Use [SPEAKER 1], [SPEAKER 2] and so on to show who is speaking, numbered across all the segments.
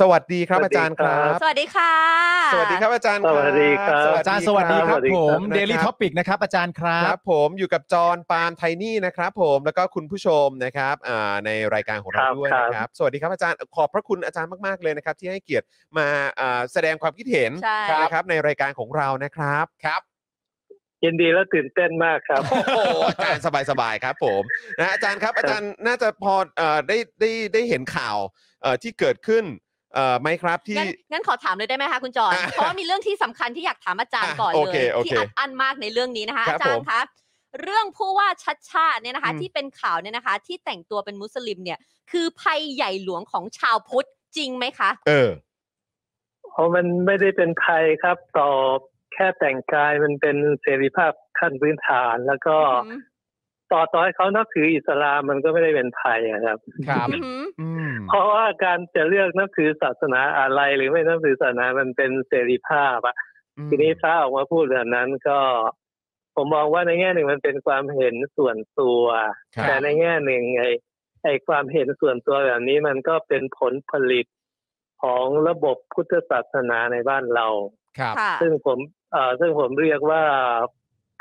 [SPEAKER 1] สวัสดีครับอาจารย์ครับ
[SPEAKER 2] สวัสดีค่ะ
[SPEAKER 1] สวัสดีครับอาจารย์บ
[SPEAKER 3] สวัสดีครับ
[SPEAKER 1] วั
[SPEAKER 4] อาจารย์สวัสดี
[SPEAKER 1] ค
[SPEAKER 4] ค
[SPEAKER 1] รั
[SPEAKER 4] รั
[SPEAKER 1] บบ
[SPEAKER 4] ผม
[SPEAKER 1] นะ
[SPEAKER 4] เดลี่ท็อปิกนะครับ อาจารย์ครั
[SPEAKER 1] ครับ บผมอยู่กับจอห์นปาล์มไทนี่นะครับผมแล้วก็คุณผู้ชมนะครับอ่าในรายการของเรา
[SPEAKER 3] ครับ
[SPEAKER 1] ด้วย
[SPEAKER 3] ครับ
[SPEAKER 1] นะครับ สวัสดีครับอาจารย์ขอบพระคุณอาจารย์มากๆเลยนะครับ ที่ให้เกียรติมาอ่าแสดงความคิดเห็น
[SPEAKER 2] ใช่
[SPEAKER 1] นะครับในรายการของเรานะครับครับ
[SPEAKER 3] ยินดีและตื่นเต้นมากครับ
[SPEAKER 1] โอ้โหอาจารย์สบายๆครับผมนะอาจารย์ครับอาจารย์น่าจะพอเอ่อได้ได้ได้เห็นข่าวเอ่อที่เกิดขึ้นเอ่อไหมครับที่
[SPEAKER 2] งั้นงั้นขอถามเลยได้ไหมคะคุณจอน
[SPEAKER 1] อ่ะ
[SPEAKER 2] เพราะว่ามีเรื่องที่สำคัญที่อยากถามอาจารย์
[SPEAKER 1] อ่ะ
[SPEAKER 2] ก่อน
[SPEAKER 1] โอ
[SPEAKER 2] เล
[SPEAKER 1] เค
[SPEAKER 2] ย
[SPEAKER 1] โอเค
[SPEAKER 2] ที่อัดอั้นมากในเรื่องนี้นะคะ
[SPEAKER 1] ครับ
[SPEAKER 2] อาจารย์คะเรื่องผู้ว่าชัดชาติเนี่ยนะคะ
[SPEAKER 1] อืม
[SPEAKER 2] ที่เป็นข่าวเนี่ยนะคะ ที่แต่งตัวเป็นมุสลิมเนี่ย คือภัยใหญ่หลวงของชาวพุทธจริงไหมคะ
[SPEAKER 1] เออ
[SPEAKER 3] เพราะมันไม่ได้เป็นไทยครับต่อแค่แต่งกายมันเป็นเสรีภาพขั้นพื้นฐาน แล้วก็
[SPEAKER 2] อืม
[SPEAKER 3] ต่อต่อให้เขานับถืออิสลามมันก็ไม่ได้เป็นไทยอะครับ
[SPEAKER 4] ครับ
[SPEAKER 2] อื้อหือ
[SPEAKER 1] อืม
[SPEAKER 3] เพราะว่าการจะเลือกนับถือศาสนาอะไร หรือไม่นับถือศาสนามันเป็นเสรีภาพอะทีนี้ถ้าออกมาพูดแบบนั้นก็ ผมมองว่าในแง่หนึ่งมันเป็นความเห็นส่วนตัว
[SPEAKER 1] ครับ
[SPEAKER 3] แต่ในแง่หนึ่งไอ้ไอ้ความเห็นส่วนตัวแบบนี้มันก็เป็นผลผลิตของระบบพุทธศาสนาในบ้านเรา
[SPEAKER 4] ครับ
[SPEAKER 2] ค่ะ
[SPEAKER 3] ซึ่งผมเอ่อซึ่งผมเรียกว่า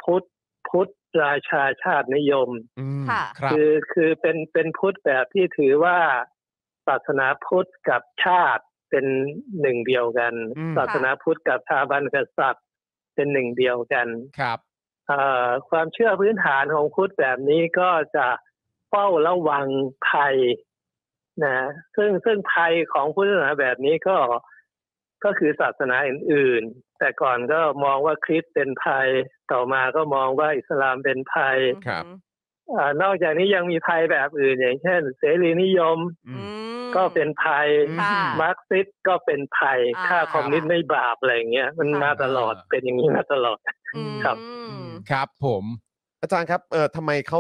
[SPEAKER 3] พุทธพุทธราชาชาตินิยม
[SPEAKER 1] อืม
[SPEAKER 2] ค่ะ
[SPEAKER 4] ครับ
[SPEAKER 3] คือคือเป็นเป็นพุทธแบบที่ถือว่าศาสนาพุทธกับชาติเป็นหนึ่งเดียวกัน
[SPEAKER 1] อืม
[SPEAKER 3] ศาสนาพุทธกับสถาบันกษัตริย์เป็นหนึ่งเดียวกัน
[SPEAKER 4] ครับ
[SPEAKER 3] เอ่อความเชื่อพื้นฐานของพุทธแบบนี้ก็จะเฝ้าระวังภัยนะซึ่งซึ่งภัยของพุทธศาสนาแบบนี้ก็ก็คือศาสนาอื่น ๆ แต่ก่อนก็มองว่าคริสต์เป็นภัยต่อมาก็มองว่าอิสลามเป็นภัย
[SPEAKER 1] ครับ
[SPEAKER 3] เอ่อนอกจากนี้ยังมีภัยแบบอื่น อย่างเช่น เสรีนิยม
[SPEAKER 1] อื
[SPEAKER 2] อื
[SPEAKER 1] ม
[SPEAKER 2] ม
[SPEAKER 3] ก็เป็นภัย
[SPEAKER 2] ค่ะ
[SPEAKER 3] มาร์กซิสต์ก็เป็นภัย
[SPEAKER 2] อ่า
[SPEAKER 3] ค่าคอมมิวนิสต์ไม่บาปอะไรอย่างเงี้ยมันมาตลอด
[SPEAKER 4] อ่า
[SPEAKER 3] เป็นอย่างนี้มาตลอด
[SPEAKER 2] อืม
[SPEAKER 3] ครับ
[SPEAKER 4] ครับผม
[SPEAKER 1] อาจารย์ครับ เอ่อทำไมเขา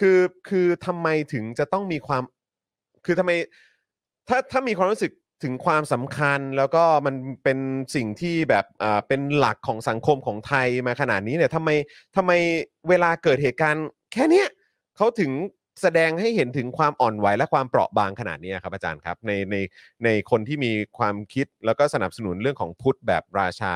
[SPEAKER 1] คือคือทำไมถึงจะต้องมีความ คือทำไม ถ้าถ้ามีความรู้สึกถึงความสำคัญ แล้วก็มันเป็นสิ่งที่แบบเอ่อเป็นหลักของสังคมของไทยมาขนาดนี้เนี่ยทำไมทำไมเวลาเกิดเหตุการณ์ แค่เนี้ยเขาถึงแสดงให้เห็นถึงความอ่อนไหวและความเปราะบางขนาดนี้ครับ อาจารย์ครับ ในในในคนที่มีความคิดแล้วก็สนับสนุนเรื่องของพุทธแบบราชา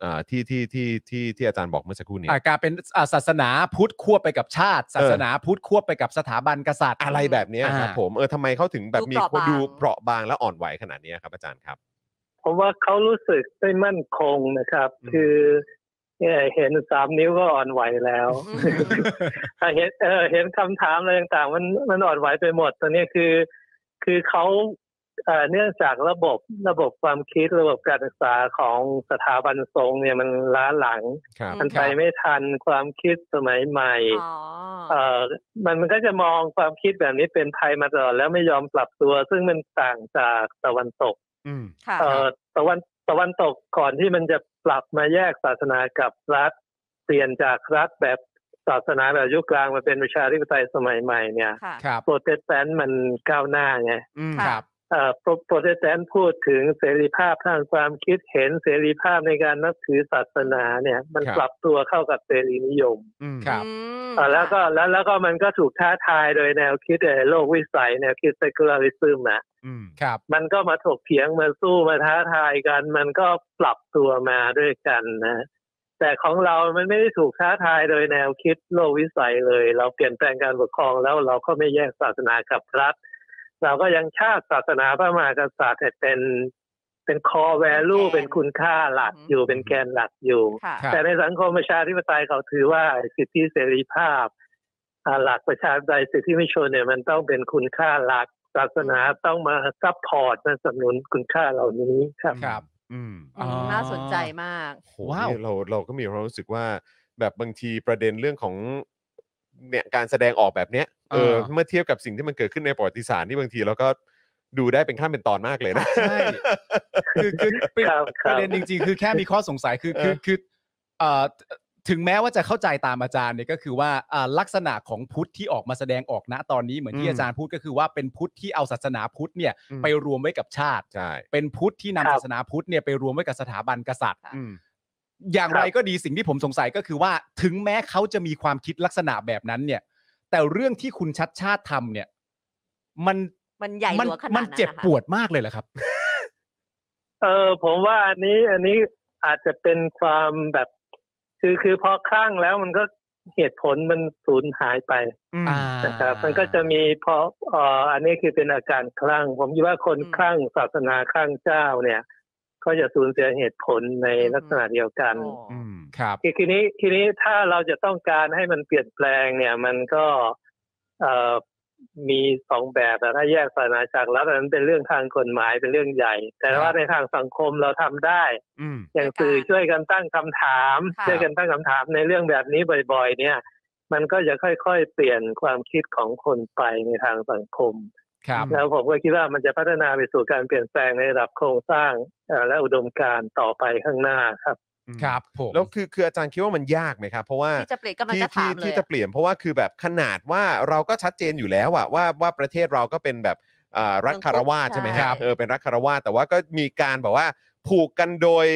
[SPEAKER 1] เอ่อที่ที่ที่ที่ที่อาจารย์บอกเมื่อสักครู่นี้
[SPEAKER 4] อาการเป็นอ่าศาสนาพุทธควบไปกับชาติ ศาสนาพุทธควบไปกับสถาบันกษัตริย์
[SPEAKER 1] อะไรแบบเนี้ยครับ
[SPEAKER 4] อ่า
[SPEAKER 1] ผมเออทำไมเขาถึงแบบ
[SPEAKER 2] ดู
[SPEAKER 1] มี
[SPEAKER 2] เป
[SPEAKER 1] คน
[SPEAKER 2] ราะบาง
[SPEAKER 1] ดูเปราะบางและอ่อนไหวขนาดเนี้ยครับอาจารย์ครับ
[SPEAKER 3] ผมว่าเขารู้สึกไม่มั่นคงนะครับ
[SPEAKER 1] อืม
[SPEAKER 3] คือเอ่อเห็นสามนิ้วก็อ่อนไหวแล้ว
[SPEAKER 2] อืม
[SPEAKER 3] อ่ ะเห็นเออเห็นคำถามอะไรต่างๆ มันมันอ่อนไหวไปหมดตอนนี้คือ คือเขาเอ่อเนื่องจากระบบระบบความคิดระบบการศึกษาของสถาบันทรงฆ์เนี่ยมันล้าหลัง
[SPEAKER 1] ครับ
[SPEAKER 2] อื
[SPEAKER 3] มัน
[SPEAKER 2] ครับ
[SPEAKER 3] ไปไม่ทันความคิดสมัยใหม่
[SPEAKER 2] อ๋อ
[SPEAKER 3] เอ่อมันมันก็จะมองความคิดแบบนี้เป็นภัยมาตลอดแล้วไม่ยอมปรับตัว ซึ่งมันต่างจากตะวันตก
[SPEAKER 1] อืม
[SPEAKER 2] ค่ะ
[SPEAKER 3] เอ่อตะวันตะวันตกก่อนที่มันจะปรับมาแยกศาสนากับรัฐ เปลี่ยนจากรัฐแบบศาสนาแบบยุคกลางมาเป็นประชาธิปไตยสมัยใหม่เนี่ย
[SPEAKER 2] ค่ะ
[SPEAKER 4] ครับ
[SPEAKER 3] โปรเตสแตนต์มันก้าวหน้าไง
[SPEAKER 1] อืม
[SPEAKER 4] ครับ
[SPEAKER 3] เอ่อโปรโปรเตสแตนต์พูดถึงเสรีภาพทางความคิดเห็นเสรีภาพในการนับถือศาสนาเนี่ย มัน
[SPEAKER 1] ครับ
[SPEAKER 3] ปรับตัวเข้ากับเสรีนิยม
[SPEAKER 1] อืม
[SPEAKER 4] ครับ
[SPEAKER 2] อืม
[SPEAKER 3] เอ่อแล้วก็แล้วแล้วก็มันก็ถูกท้าทายโดยแนวคิดเอ่อโลกวิสัยแนวคิด secularism นะ
[SPEAKER 1] อืม
[SPEAKER 4] ครับ
[SPEAKER 3] มันก็มาถกเถียงมาสู้มาท้าทายกัน มันก็ปรับตัวมาด้วยกันนะ แต่ของเรามันไม่ได้ถูกท้าทายโดยแนวคิดโลกวิสัยเลย เราเปลี่ยนแปลงการปกครองแล้วเราก็ไม่แยกศาสนากับรัฐ เราก็ยังชาติศาสนาพระมหากษัตริย์เป็นเป็นคอแวลูเป็นคุณค่าหลักอยู่เป็นแกนหลักอยู่
[SPEAKER 2] ค่ะ
[SPEAKER 4] ครับ
[SPEAKER 3] แต่ในสังคมประชาธิปไตยเขาถือว่าสิทธิเสรีภาพอ่าหลักประชาธิปไตยสิทธิมนุษยชนเนี่ยมันต้องเป็นคุณค่าหลักศาสนาต้องมาซัพพอร์ตมาสนับสนุนคุณค่าเหล่านี้ครับ
[SPEAKER 4] ครับ
[SPEAKER 1] อืม
[SPEAKER 2] อืมน่าสนใจมาก
[SPEAKER 1] โห
[SPEAKER 4] ว้าว
[SPEAKER 1] นี่เราเราก็มีความรู้สึกว่า แบบบางทีประเด็นเรื่องของเนี่ยการแสดงออกแบบเนี้ยเออ
[SPEAKER 4] เออ
[SPEAKER 1] เมื่อเทียบกับสิ่งที่มันเกิดขึ้นในประวัติศาสตร์ที่บางทีเราก็ดูได้เป็นขั้นเป็นตอนมากเลยนะ
[SPEAKER 4] ใช่ คือคือเป็น
[SPEAKER 3] ครับค
[SPEAKER 4] ป
[SPEAKER 3] รับ
[SPEAKER 4] ระเด็นจริง ๆ คือแค่มีข้อสงสัยคือคือคือเอ่อถึงแม้ว่าจะเข้าใจตามอาจารย์เนี่ยก็คือว่าอ่าลักษณะของพุทธที่ออกมาแสดงออกณตอนนี้เหมือน
[SPEAKER 1] อื
[SPEAKER 4] ที่
[SPEAKER 1] ม
[SPEAKER 4] อาจารย์พูดก็คือว่าเป็นพุทธที่เอาศาสนาพุทธเนี่ย
[SPEAKER 1] อืม
[SPEAKER 4] ไปรวมไว้กับชาติ
[SPEAKER 1] ใช่
[SPEAKER 4] เป็นพุทธที่
[SPEAKER 3] ค
[SPEAKER 4] นำ
[SPEAKER 3] รับ
[SPEAKER 4] ศาสนาพุทธเนี่ยไปรวมไว้กับสถาบันกษัตริย์
[SPEAKER 1] อืม
[SPEAKER 4] อย่างไร
[SPEAKER 3] ครับ
[SPEAKER 4] ก็ดีสิ่งที่ผมสงสัยก็คือว่า ถึงแม้เขาจะมีความคิดลักษณะแบบนั้นเนี่ย แต่เรื่องที่คุณชัดชาติทำเนี่ย มัน
[SPEAKER 2] มันใหญ่
[SPEAKER 4] มั
[SPEAKER 2] หลวงขนาดนั้น
[SPEAKER 4] มันเจ็บ
[SPEAKER 2] นะคะ
[SPEAKER 4] ปวดมากเลยเหรอครับ
[SPEAKER 3] เออผมว่าอันนี้อันนี้อาจจะเป็นความแบบ คือคือพอคลั่งแล้วมันก็เหตุผลมันสูญหายไป
[SPEAKER 1] อืม
[SPEAKER 4] อ่า
[SPEAKER 3] นะครับ มันก็จะมีพอเอ่ออันนี้คือเป็นอาการคลั่ง ผมคิดว่าคน
[SPEAKER 2] อืม
[SPEAKER 3] คลั่งศาสนาคลั่งเจ้าเนี่ย ก็จะสูญเสียเหตุผลใน
[SPEAKER 2] อืม
[SPEAKER 3] ลักษณะเดียวกัน
[SPEAKER 1] อืม
[SPEAKER 4] ครับ
[SPEAKER 3] ทีทีนี้ทีนี้ถ้าเราจะต้องการให้มันเปลี่ยนแปลงเนี่ย มันก็เอ่อมีสองแบบแต่ถ้าแยกศาสนาจากรัฐอันนั้นเป็นเรื่องทางกฎหมายเป็นเรื่องใหญ่ แต่ว่าในทางสังคมเราทำได้
[SPEAKER 1] อืม
[SPEAKER 3] อย่างสื่อช่วยกันตั้งคำถาม
[SPEAKER 2] ค่ะ
[SPEAKER 3] ช่วยกันตั้งคำถามในเรื่องแบบนี้บ่อยๆ เนี่ย มันก็จะค่อยๆ เปลี่ยนความคิดของคนไปในทางสังคม
[SPEAKER 4] ครับ
[SPEAKER 1] อืม
[SPEAKER 3] แล้วผมก็คิดว่ามันจะพัฒนาไปสู่การเปลี่ยนแปลงในระดับโครงสร้างเอ่อและอุดมการณ์ต่อไปข้างหน้าครับ
[SPEAKER 1] อืม
[SPEAKER 4] ครับผม
[SPEAKER 1] แล้วคือคืออาจารย์คิดว่ามันยากไหมครับ เพราะว่า
[SPEAKER 2] ที่จะเปลี่ยนกำลัง
[SPEAKER 1] ที่
[SPEAKER 2] จะถา
[SPEAKER 1] ที่
[SPEAKER 2] มเลย
[SPEAKER 1] ที่จะ
[SPEAKER 2] อะ
[SPEAKER 1] เปลี่ยนเพราะว่าคือแบบขนาดว่าเราก็ชัดเจนอยู่แล้วอะว่าว่าประเทศเราก็เป็นแบบอ่ารัฐคารวาสใช่ไหม
[SPEAKER 2] ค
[SPEAKER 1] ฮะ
[SPEAKER 2] รับ
[SPEAKER 1] เออเป็นรัฐคารวาสแต่ว่าก็มีการแบบว่าผูกกันโดย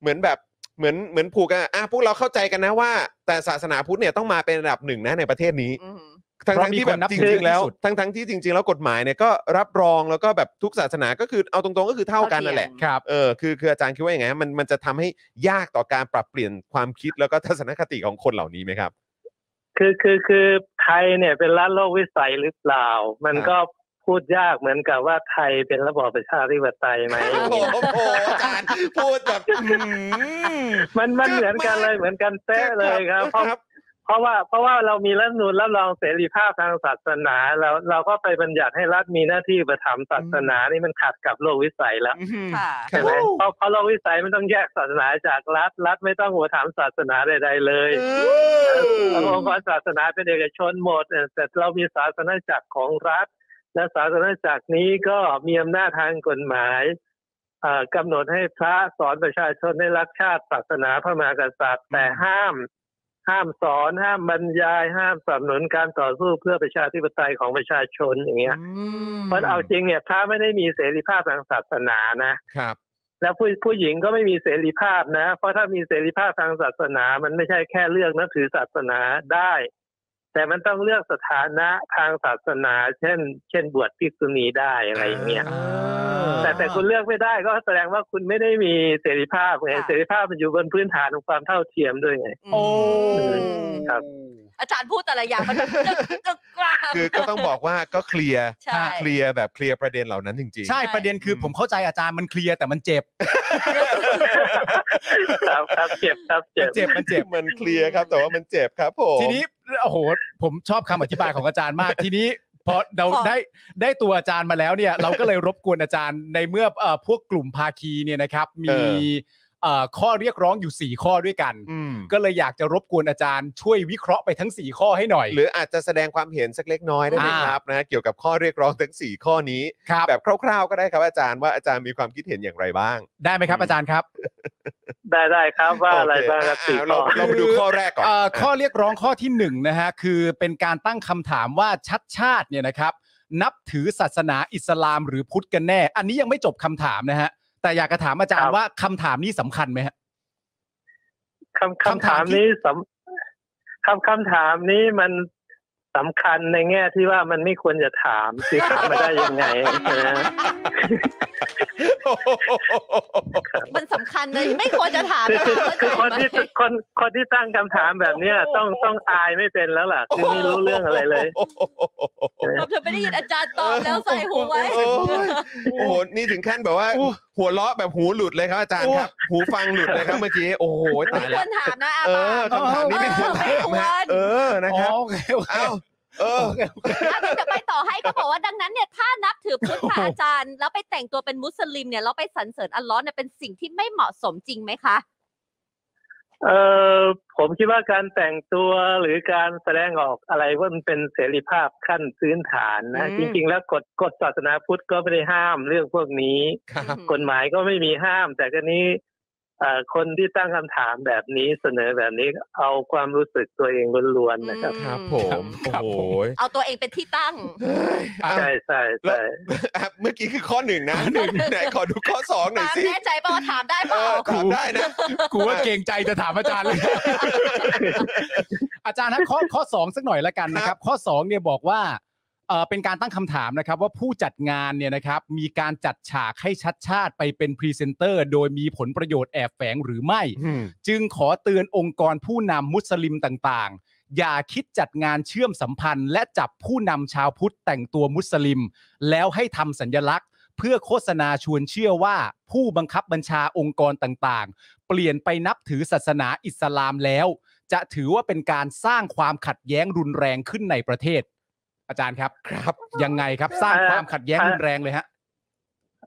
[SPEAKER 1] เหมือนแบบเหมือนเหมือนผูกกันอ่ะพวกเราเข้าใจกันนะว่า แต่ศาสนาพุทธเนี่ยต้องมาเป็นระดับหนึ่งนะในประเทศนี้
[SPEAKER 2] อืม
[SPEAKER 1] ทั้งๆ
[SPEAKER 4] เพราะมี
[SPEAKER 1] ที่
[SPEAKER 4] ค
[SPEAKER 1] แบ
[SPEAKER 4] น
[SPEAKER 1] บ
[SPEAKER 4] นับ
[SPEAKER 1] จ
[SPEAKER 4] ถือ
[SPEAKER 1] ริงๆแล้ว
[SPEAKER 4] ที่สุด
[SPEAKER 1] ทั้งๆที่จริง ๆ แล้วกฎหมายเนี่ยก็รับรองแล้วก็แบบทุกศาสนาก็คือเอาตรงๆก็คือเท่ากันนั่นแหละ
[SPEAKER 4] ครับ
[SPEAKER 1] เออคือคืออาจารย์คิดว่าอย่างไงฮะมันมันจะทำให้ยากต่อการปรับเปลี่ยนความคิดแล้วก็ทัศนคติของคนเหล่านี้ไหมครับ
[SPEAKER 3] คือคือคือไทยเนี่ยเป็นรัฐโลกวิสัยหรือเปล่า มัน
[SPEAKER 1] ครับ
[SPEAKER 3] ก็พูดยากเหมือนกับว่าไทยเป็นระบอบประชาธิปไตยไหม
[SPEAKER 1] โอ้โหโอ้โหอาจารย์พูดแบบอื้อหือ
[SPEAKER 3] มันมัน
[SPEAKER 1] เจ็บ
[SPEAKER 3] เหมือนกัน
[SPEAKER 1] มาก
[SPEAKER 3] เลยเหมือนกันเป๊ะเลยครับเพราะ
[SPEAKER 1] ครับ
[SPEAKER 3] เพราะว่าเพราะว่าเรามีรัฐธรรมนูลรับรองเสรีภาพทางศาสนาเราเราก็ไปบัญญัติให้รัฐมีหน้าที่ประถมภ์ศาสนานี่มันขัดกับโลกวิสัยแล้ว
[SPEAKER 2] ค่ะ
[SPEAKER 1] ครั
[SPEAKER 3] ใช่
[SPEAKER 1] บ
[SPEAKER 3] ไหมเพราะเพราะโลกวิสัยมันต้องแยกศาสนาจากรัฐรัฐไม่ต้องหัวถามภ์ศาสนาใดๆเลย
[SPEAKER 1] เออ
[SPEAKER 3] แล้วองค์กรศาสนาเป็นเอกชนหมดเอ่อแต่เรามีศาสนาจักรของรัฐ และศาสนาจักรนี้ก็มีอำนาจทางกฎหมายเอ่อกำหนดให้พระสอนประชาชนให้รักชาติศาสนาพระมหากษัตริย์ แต่ห้าม ห้ามสอน ห้ามบรรยาย ห้ามสนับสนุนการต่อสู้เพื่อประชาธิปไตยของประชาชนอย่างเงี้ยเพราะเอาจริงเนี่ยพระไม่ได้มีเสรีภาพทางศาสนานะ
[SPEAKER 1] ครับ
[SPEAKER 3] แล้วผู้ผู้หญิงก็ไม่มีเสรีภาพนะ เพราะถ้ามีเสรีภาพทางศาสนา มันไม่ใช่แค่เลือกนับถือศาสนาได้ แต่มันต้องเลือกสถานะทางศาสนา เช่น เช่นบวชภิกษุณีได้อะไรอย่างเงี้ย
[SPEAKER 1] อ่า
[SPEAKER 3] แต่แต่คุณเลือกไม่ได้ก็แสดงว่าคุณไม่ได้มีเสรีภาพไง
[SPEAKER 2] ค่ะ
[SPEAKER 3] เสรีภาพมันอยู่บนพื้นฐานของความเท่าเทียมด้วยไง
[SPEAKER 2] ม
[SPEAKER 4] โอ้
[SPEAKER 3] ครับ
[SPEAKER 2] อาจารย์พูดแต่ละอย่างมันจึกจึกกราม
[SPEAKER 1] คือก็ต้องบอกว่าก็เคลียร์
[SPEAKER 2] ใช่
[SPEAKER 1] เคลียร์แบบเคลียร์ประเด็นเหล่านั้นจริง
[SPEAKER 4] ใช่
[SPEAKER 2] ใช่
[SPEAKER 4] ประเด็นคืออ
[SPEAKER 1] ม
[SPEAKER 4] ผมเข้าใจอาจารย์มันเคลียร์แต่มันเจ็บ
[SPEAKER 3] ครับครับเจ็บครับเจ็บ
[SPEAKER 4] เจ็บมันเจ็บ
[SPEAKER 1] มันเคลียร์ครับ แต่ว่ามันเจ็บครับผม
[SPEAKER 4] ทีนี้โอ้โหผมชอบคำอธิบายของอาจารย์ มาก ทีนี้พอเรา
[SPEAKER 2] ขอ
[SPEAKER 4] ได้ได้ตัวอาจารย์มาแล้วเนี่ย เราก็เลยรบกวนอาจารย์ในเมื่อเอ่อพวกกลุ่มภาคีเนี่ยนะครับ มีเอ่อข้อเรียกร้องอยู่ 4 ข้อด้วยกัน
[SPEAKER 1] อืม
[SPEAKER 4] ก็เลยอยากจะรบกวนอาจารย์ช่วยวิเคราะห์ไปทั้ง 4 ข้อให้หน่อย
[SPEAKER 1] หรืออาจจะแสดงความเห็นสักเล็กน้อยได้ไหม
[SPEAKER 4] อ่า
[SPEAKER 1] ครับนะฮะเกี่ยวกับข้อเรียกร้องทั้งสี่ข้อนี้
[SPEAKER 4] ครับ
[SPEAKER 1] แบบคร่าวๆก็ได้ครับอาจารย์ว่าอาจารย์มีความคิดเห็นอย่างไรบ้าง
[SPEAKER 4] ได้ไหมครับอาจารย์ครับ
[SPEAKER 3] ได้ได้ครับว่าอะไรบ้างครับ
[SPEAKER 1] โอ
[SPEAKER 3] สี่
[SPEAKER 1] เอ่ะ
[SPEAKER 3] ข้
[SPEAKER 1] เรา
[SPEAKER 3] อ
[SPEAKER 1] เรามาดูข้อแรกก่อน
[SPEAKER 4] เอ่ อข้อเรียกร้องข้อที่หนึ่งนะฮะคือเป็นการตั้งคำถามว่าชัดชาติเนี่ยนะครับ นับถือศาสนาอิสลามหรือพุทธกันแน่ อันนี้ยังไม่จบคำถามนะฮะแต่อยากจะถามอาจาร
[SPEAKER 3] ครั
[SPEAKER 4] ย์
[SPEAKER 3] บ
[SPEAKER 4] ว่าคำถามนี้สำคัญไหมฮะ
[SPEAKER 3] คำคำ
[SPEAKER 4] คำถา
[SPEAKER 3] ถาม ม
[SPEAKER 4] ที่
[SPEAKER 3] นี้สำคำคำถามนี้มันสำคัญในแง่ที่ว่ามันไม่ควรจะถามสิถามมาได้ยังไงนะ
[SPEAKER 1] โอ้โห
[SPEAKER 2] มันสำคัญเลยไม่ควรจะถาม
[SPEAKER 3] คือ
[SPEAKER 2] นะ
[SPEAKER 3] คือ
[SPEAKER 2] เข้าใจ
[SPEAKER 3] คือคนที่ค
[SPEAKER 2] ไหม
[SPEAKER 3] นคนที่ตั้งคำถามแบบเนี้ยต้องต้องอายไม่เป็นแล้วล่ะ คือไม่รู้เรื่องอะไรเลย
[SPEAKER 1] โอ้โห
[SPEAKER 2] ตอบเธอไม่ได้ยินอาจารย์ตอบแล้วใส่หูไว้
[SPEAKER 1] โอ้ยโอ้โหนี่ถึงขั้นแบบว่า
[SPEAKER 4] โอ้
[SPEAKER 1] หัวเราะแบบหูหลุดเลยครับอาจารย์ครับหูฟังหลุดเลยครับเมื่อกี้โอ้โหตาย
[SPEAKER 2] ไม่ค
[SPEAKER 1] แล้ว ว
[SPEAKER 2] รถามนะอา
[SPEAKER 1] เอ
[SPEAKER 2] ปา
[SPEAKER 1] อ
[SPEAKER 2] ล์ม
[SPEAKER 1] คำถามนี้ไม่ควรถามฮะเออนะครับ
[SPEAKER 4] อ๋อโอเคโอเค
[SPEAKER 1] เอ้าเออ
[SPEAKER 2] อ่ะเดี๋ยวจะไปต่อให้ก็บอกว่าดังนั้นเนี่ยถ้านับถือพุทธอาจารย์ แล้วไปแต่งตัวเป็นมุสลิมเนี่ยแล้วไปสรรเสริญอัลเลอฮ์เนี่ยเป็นสิ่งที่ไม่เหมาะสมจริงไหมคะ
[SPEAKER 3] เออผมคิดว่าการแต่งตัวหรือการแสดงออกอะไรว่ามันเป็นเสรีภาพขั้นพื้นฐานนะ
[SPEAKER 1] อืม
[SPEAKER 3] จริง ๆ แล้วกฎกฎศาสนาพุทธก็ไม่ได้ห้ามเรื่องพวกนี้
[SPEAKER 1] ครับ
[SPEAKER 2] อืม
[SPEAKER 3] กฎหมายก็ไม่มีห้าม แต่ก็นี้เอ่อคนที่ตั้งคำถามแบบนี้เสนอแบบนี้เอาความรู้สึกตัวเองล้วนๆนะครับ
[SPEAKER 1] ครับผมโอ้โห
[SPEAKER 2] เอาตัวเองเป็นที่ตั้ง
[SPEAKER 1] เอ้า
[SPEAKER 3] ใช่ใช่
[SPEAKER 1] แล้
[SPEAKER 3] ใช่
[SPEAKER 1] ว อ่ะเมื่อกี้คือข้อหนึ่งนะไหนขอดูข้อสองหน่อย
[SPEAKER 2] ตาม
[SPEAKER 1] สิ
[SPEAKER 2] แน่ใจเปล่าว่าถามได้เป
[SPEAKER 1] เอ
[SPEAKER 2] ล่า
[SPEAKER 1] อถามได้นะ
[SPEAKER 4] กูว่าเกรงใจจะถามอาจารย์เลย อาจารย์ฮะข้อข้อสองสักหน่อยละกันนะครับ ข้อสองเนี่ยบอกว่า เอ่อเป็นการตั้งคำถามนะครับว่าผู้จัดงานเนี่ยนะครับมีการจัดฉากให้ชัดชาติไปเป็นพรีเซนเตอร์ โดยมีผลประโยชน์แอบแฝงหรือไม่
[SPEAKER 1] อืม
[SPEAKER 4] จึงขอเตือนองค์กรผู้นำมุสลิมต่างๆ อย่าคิดจัดงานเชื่อมสัมพันธ์ และจับผู้นำชาวพุทธแต่งตัวมุสลิม แล้วให้ทำสัญญลักษณ์ เพื่อโฆษณาชวนเชื่อว่าผู้บังคับบัญชาองค์กรต่างๆ เปลี่ยนไปนับถือศาสนาอิสลามแล้ว จะถือว่าเป็นการสร้างความขัดแย้งรุนแรงขึ้นในประเทศ อาจารย์ครับครับ ยังไงครับสร้างความขัดแย้งรุนแรงเลยฮะ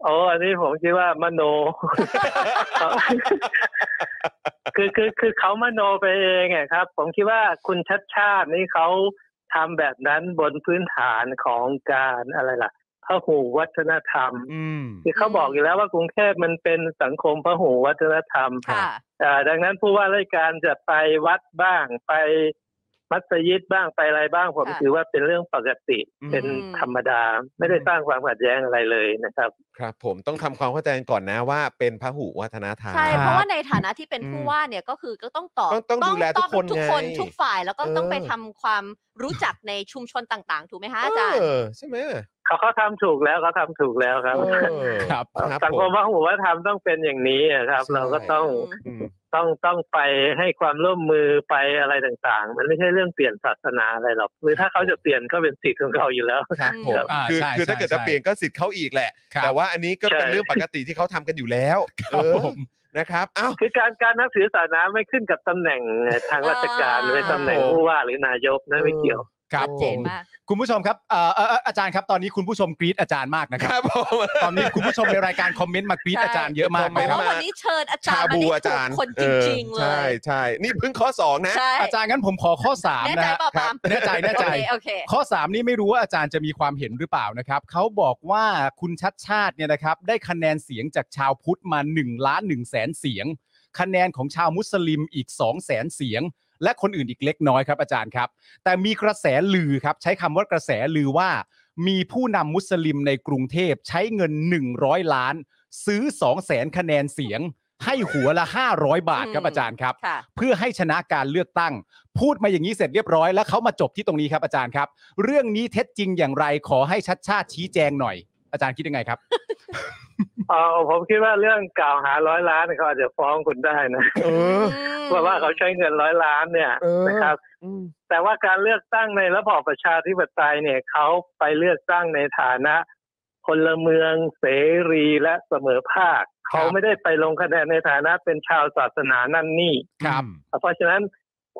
[SPEAKER 3] โอ้อันนี้ผมคิดว่ามโน คือคือคือเขามโนไปเองอะครับ ผมคิดว่าคุณชัดชาตินี่เขาทำแบบนั้นบนพื้นฐานของการอะไรล่ะพหูวัฒนธรรม
[SPEAKER 4] อืม
[SPEAKER 3] ที่เขาบอกอยู่แล้วว่ากรุงเทพมันเป็นสังคมพหูวัฒนธรรม
[SPEAKER 2] ค่ะ
[SPEAKER 3] อ่าดังนั้นผู้ว่าราชการจะไปวัดบ้าง ไปมัสยิดบ้างไปอะไรบ้าง ผม
[SPEAKER 2] ค่ะ
[SPEAKER 3] ถือว่าเป็นเรื่องปกติ
[SPEAKER 1] อืม
[SPEAKER 3] เป็นธรรมดา ไม่ได้สร้างความขัดแย้งอะไรเลยนะครับ
[SPEAKER 1] ครับผมต้องทำความเข้าใจกันก่อนนะว่าเป็นพหุวัฒนธรรม
[SPEAKER 2] ใช่
[SPEAKER 4] ครับ
[SPEAKER 2] เพราะว่าในฐานะที่เป็น
[SPEAKER 1] อืม
[SPEAKER 2] ผู้ว่าเนี่ยก็คือก็ต้องตอบ
[SPEAKER 1] ต้องต้องดูแลทุกคน
[SPEAKER 2] ทุกคน
[SPEAKER 1] ไง
[SPEAKER 2] ทุกฝ่ายแล้วก็
[SPEAKER 1] เออ
[SPEAKER 2] ต้องไปทำความรู้จักในชุมชนต่างๆ ถูกไหมฮะอาจารย์
[SPEAKER 1] เออใช่ไหม
[SPEAKER 3] เขาเขาทำถูกแล้วเขาทำถูกแล้วครับ
[SPEAKER 1] เออ
[SPEAKER 4] ครับ
[SPEAKER 1] ครับ
[SPEAKER 3] สังค
[SPEAKER 1] ผม ม
[SPEAKER 3] ว่าหัวธรรมต้องเป็นอย่างนี้อะครับ
[SPEAKER 1] ใช่
[SPEAKER 3] เราก็ต้อง
[SPEAKER 1] อืม
[SPEAKER 3] ต้องต้องไปให้ความร่วมมือไปอะไรต่างๆ มันไม่ใช่เรื่องเปลี่ยนศาสนาอะไรหรอกหรือถ้าเขาจะเปลี่ยนก็เป็นสิทธิ์ของเขาอยู่แล้ว
[SPEAKER 1] ครับผม
[SPEAKER 4] อ่า
[SPEAKER 1] คือ
[SPEAKER 4] ใช่
[SPEAKER 1] คือถ้า
[SPEAKER 4] ใช่
[SPEAKER 1] เกิดจะ
[SPEAKER 4] ใช่
[SPEAKER 1] เปลี่ยนก็สิทธิ์เขาอีกแหละ
[SPEAKER 4] ครับ
[SPEAKER 1] แต่ว่าอันนี้ก็เป็น
[SPEAKER 3] ใช่
[SPEAKER 1] เรื่องปกติที่เขาทำกันอยู่แล้ว
[SPEAKER 4] ค
[SPEAKER 1] เอ
[SPEAKER 4] รับ
[SPEAKER 1] อ
[SPEAKER 4] ผม
[SPEAKER 1] นะครับอ้าว
[SPEAKER 3] คือการการนับถือศาสนาไม่ขึ้นกับตำแหน่งทางราชการ
[SPEAKER 2] อ่า
[SPEAKER 3] หรือตำแหน่งผู้ว่าหรือนายกนะไม่เกี่ยว
[SPEAKER 4] ครับ
[SPEAKER 2] ชัดเจน
[SPEAKER 4] ผม
[SPEAKER 2] มาก
[SPEAKER 4] คุณผู้ชมครับเอ่อเอ่อเอ่ออาจารย์ครับ ตอนนี้คุณผู้ชมกรี๊ดอาจารย์มากนะค
[SPEAKER 1] ค
[SPEAKER 4] รั
[SPEAKER 1] รับ บผม
[SPEAKER 4] ตอนนี้คุณผู้ชมในรายการคอมเมนต์มากรี๊ด
[SPEAKER 2] ใช่
[SPEAKER 4] อาจารย์เยอะมาก
[SPEAKER 2] เพราะ
[SPEAKER 4] นะครับ
[SPEAKER 2] ว่าวันนี้เชิญอาจา
[SPEAKER 1] ชาร
[SPEAKER 2] ย์มา
[SPEAKER 1] บู
[SPEAKER 2] ที่
[SPEAKER 1] อาจารย์
[SPEAKER 2] คนจริงๆเล
[SPEAKER 1] ใช่
[SPEAKER 2] ย
[SPEAKER 1] ใช่นี่เพิ่งข้อสองนะ
[SPEAKER 2] ใช่
[SPEAKER 4] อาจารย์งั้นผมขอข้อสาม
[SPEAKER 2] แน่ใจ
[SPEAKER 4] นะฮะ
[SPEAKER 2] เปล่า
[SPEAKER 4] ค
[SPEAKER 2] ปา
[SPEAKER 4] รับ
[SPEAKER 2] ม
[SPEAKER 4] แน่ใจแน่ใจ
[SPEAKER 2] โอเคโอเค
[SPEAKER 4] ข้อ 3 นี่ไม่รู้ว่าอาจารย์จะมีความเห็นหรือเปล่านะครับเขาบอกว่าคุณชัดชาติเนี่ยนะครับ ได้คะแนนเสียงจากชาวพุทธมา1ล้าน1แสนเสียง คะแนนของชาวมุสลิมอีก2แสนเสียง และคนอื่นอีกเล็กน้อยครับอาจารย์ครับ แต่มีกระแสลือครับ ใช้คำว่ากระแสลือว่า มีผู้นำมุสลิมในกรุงเทพใช้เงิน 100 ล้าน ซื้อ2แสนคะแนนเสียง ให้หัวละ 500 บาทครับ
[SPEAKER 2] อืม
[SPEAKER 4] อาจารย์ครับ
[SPEAKER 2] ค่ะ
[SPEAKER 4] เพื่อให้ชนะการเลือกตั้ง พูดมาอย่างนี้เสร็จเรียบร้อยแล้วเขามาจบที่ตรงนี้ครับอาจารย์ครับ เรื่องนี้เท็จจริงอย่างไรขอให้ชัดชาติชี้แจงหน่อย อาจารย์คิดยังไงครับ
[SPEAKER 3] เออผมคิดว่าเรื่องกล่าวหาร้อยล้านเขาอาจจะฟ้องคุณได้นะ
[SPEAKER 1] เออ
[SPEAKER 3] เพราะว่าเขาใช้เงินร้อยล้านเนี่ย
[SPEAKER 1] เออ
[SPEAKER 3] นะครับ
[SPEAKER 1] อืม
[SPEAKER 3] แต่ว่าการเลือกตั้งในระบอบประชาธิปไตยเนี่ยเขาไปเลือกตั้งในฐานะพลเมืองเสรีและเสมอภาค เขาไม่ได้ไปลงคะแนนในฐานะเป็นชาวศาสนานั่นนี่
[SPEAKER 4] ครับ
[SPEAKER 3] เพราะฉะนั้น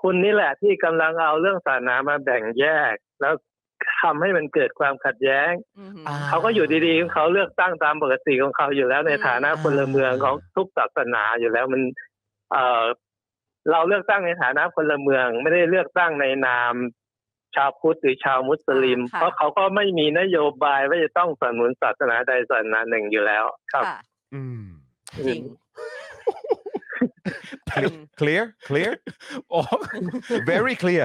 [SPEAKER 3] คุณนี่แหละที่กำลังเอาเรื่องศาสนามาแบ่งแยก แล้วทำให้มันเกิดความขัดแย้ง
[SPEAKER 2] อืม
[SPEAKER 3] เขาก็อยู่ดีๆของเขาเลือกตั้งตามปกติของเขาอยู่แล้วใน
[SPEAKER 2] อืม
[SPEAKER 3] ฐานะพลเมืองของทุกศาสนาอยู่แล้วมัน เออเราเลือกตั้งในฐานะพลเมือง ไม่ได้เลือกตั้งในนาม ชาวพุทธหรือชาวมุสลิม
[SPEAKER 2] ค่ะ
[SPEAKER 3] เพราะเขาก็ไม่มีนโยบายว่าจะต้องสนับสนุนศาสนาใดศาสนาหนึ่งอยู่แล้ว ครับ
[SPEAKER 2] ค่ะ
[SPEAKER 1] อืม
[SPEAKER 2] จริง
[SPEAKER 1] clear clear
[SPEAKER 4] อ๋อ
[SPEAKER 1] very clear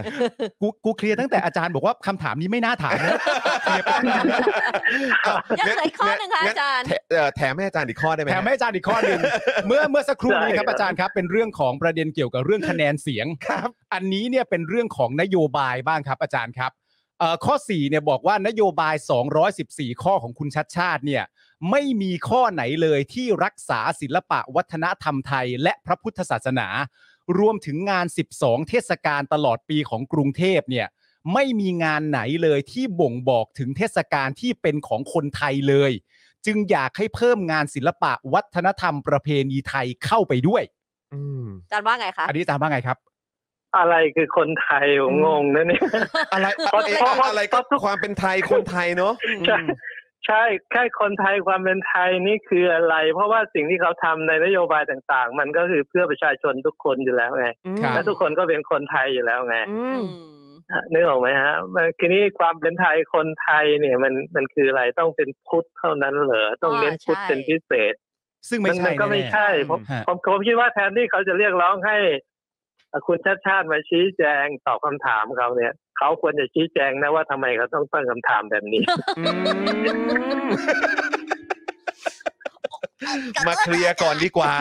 [SPEAKER 4] กูกูเคลียร์ตั้งแต่อาจารย์บอกว่าคำถามนี้ไม่น่าถามนะเคลียร์ไปตั้งนานแล้ว
[SPEAKER 1] อ้าว
[SPEAKER 2] ยังเหลืออีกข้อหนึ่งค่ะ
[SPEAKER 1] งั้
[SPEAKER 2] อาจารย์
[SPEAKER 1] แถเอ่อแถมให้อาจารย์อีกข้อได้ไหม
[SPEAKER 4] แถมให้อาจารย์อีกข้อหนึ่งเมื่อเมื่อสักครู่นี้ครับอาจารย์ครับ เป็นเรื่องของประเด็นเกี่ยวกับเรื่องคะแนนเสียง
[SPEAKER 1] ครับ
[SPEAKER 4] อันนี้เนี่ยเป็นเรื่องของนโยบายบ้างครับอาจารย์ครับเอ่อข้อ4เนี่ยบอกว่านโยบาย 214 ข้อของคุณชัดชาติเนี่ยไม่มีข้อไหนเลยที่รักษาศิลปะวัฒนธรรมไทย และพระพุทธศาสนา รวมถึงงาน 12 เทศกาลตลอดปีของกรุงเทพเนี่ยไม่มีงานไหนเลยที่บ่งบอกถึงเทศกาลที่เป็นของคนไทยเลย จึงอยากให้เพิ่มงานศิลปะวัฒนธรรมประเพณีไทยเข้าไปด้วย
[SPEAKER 1] อืม
[SPEAKER 2] อาจารย์ว่าไงคะ
[SPEAKER 4] อันนี้อาจารย์ว่าไงครับ
[SPEAKER 3] อะไรคือคนไทยผมงงนะเนี่ย
[SPEAKER 1] อะไร
[SPEAKER 2] เพราะ
[SPEAKER 1] เอ๊ะอะไรก็ความเป็นไทยคนไทยเนาะอืม
[SPEAKER 3] ใช่ใช่แค่คนไทยความเป็นไทยนี่คืออะไร เพราะว่าสิ่งที่เขาทำในนโยบายต่างๆ มันก็คือเพื่อประชาชนทุกคนอยู่แล้วไง
[SPEAKER 4] ครับ
[SPEAKER 3] และทุกคนก็เป็นคนไทยอยู่แล้วไง
[SPEAKER 2] อืม
[SPEAKER 3] นึกออกไหมฮะมันทีนี้ความเป็นไทยคนไทยเนี่ยมันมันคืออะไรต้องเป็นพุทธเท่านั้นเหรอต้องเน้น
[SPEAKER 2] อ่าใช่
[SPEAKER 3] พุทธเป็นพิเศษ
[SPEAKER 4] ซึ่ง
[SPEAKER 3] มั
[SPEAKER 4] ไม่
[SPEAKER 3] น
[SPEAKER 4] ใช่
[SPEAKER 3] มันก็ไม่
[SPEAKER 4] แน่ๆ
[SPEAKER 3] ใช่
[SPEAKER 1] แน่ๆ
[SPEAKER 3] ผม
[SPEAKER 4] ฮะ
[SPEAKER 3] ผมผมคิดว่าแทนที่เขาจะเรียกร้องให้คุณชาติชาติมาชี้แจงตอบคำถามเขาเนี่ย เขาควรจะชี้แจงนะว่าทำไมเขาต้องตั้งคำถามแบบนี้
[SPEAKER 1] อืม มาเคลียร์ก่อนดีกว่า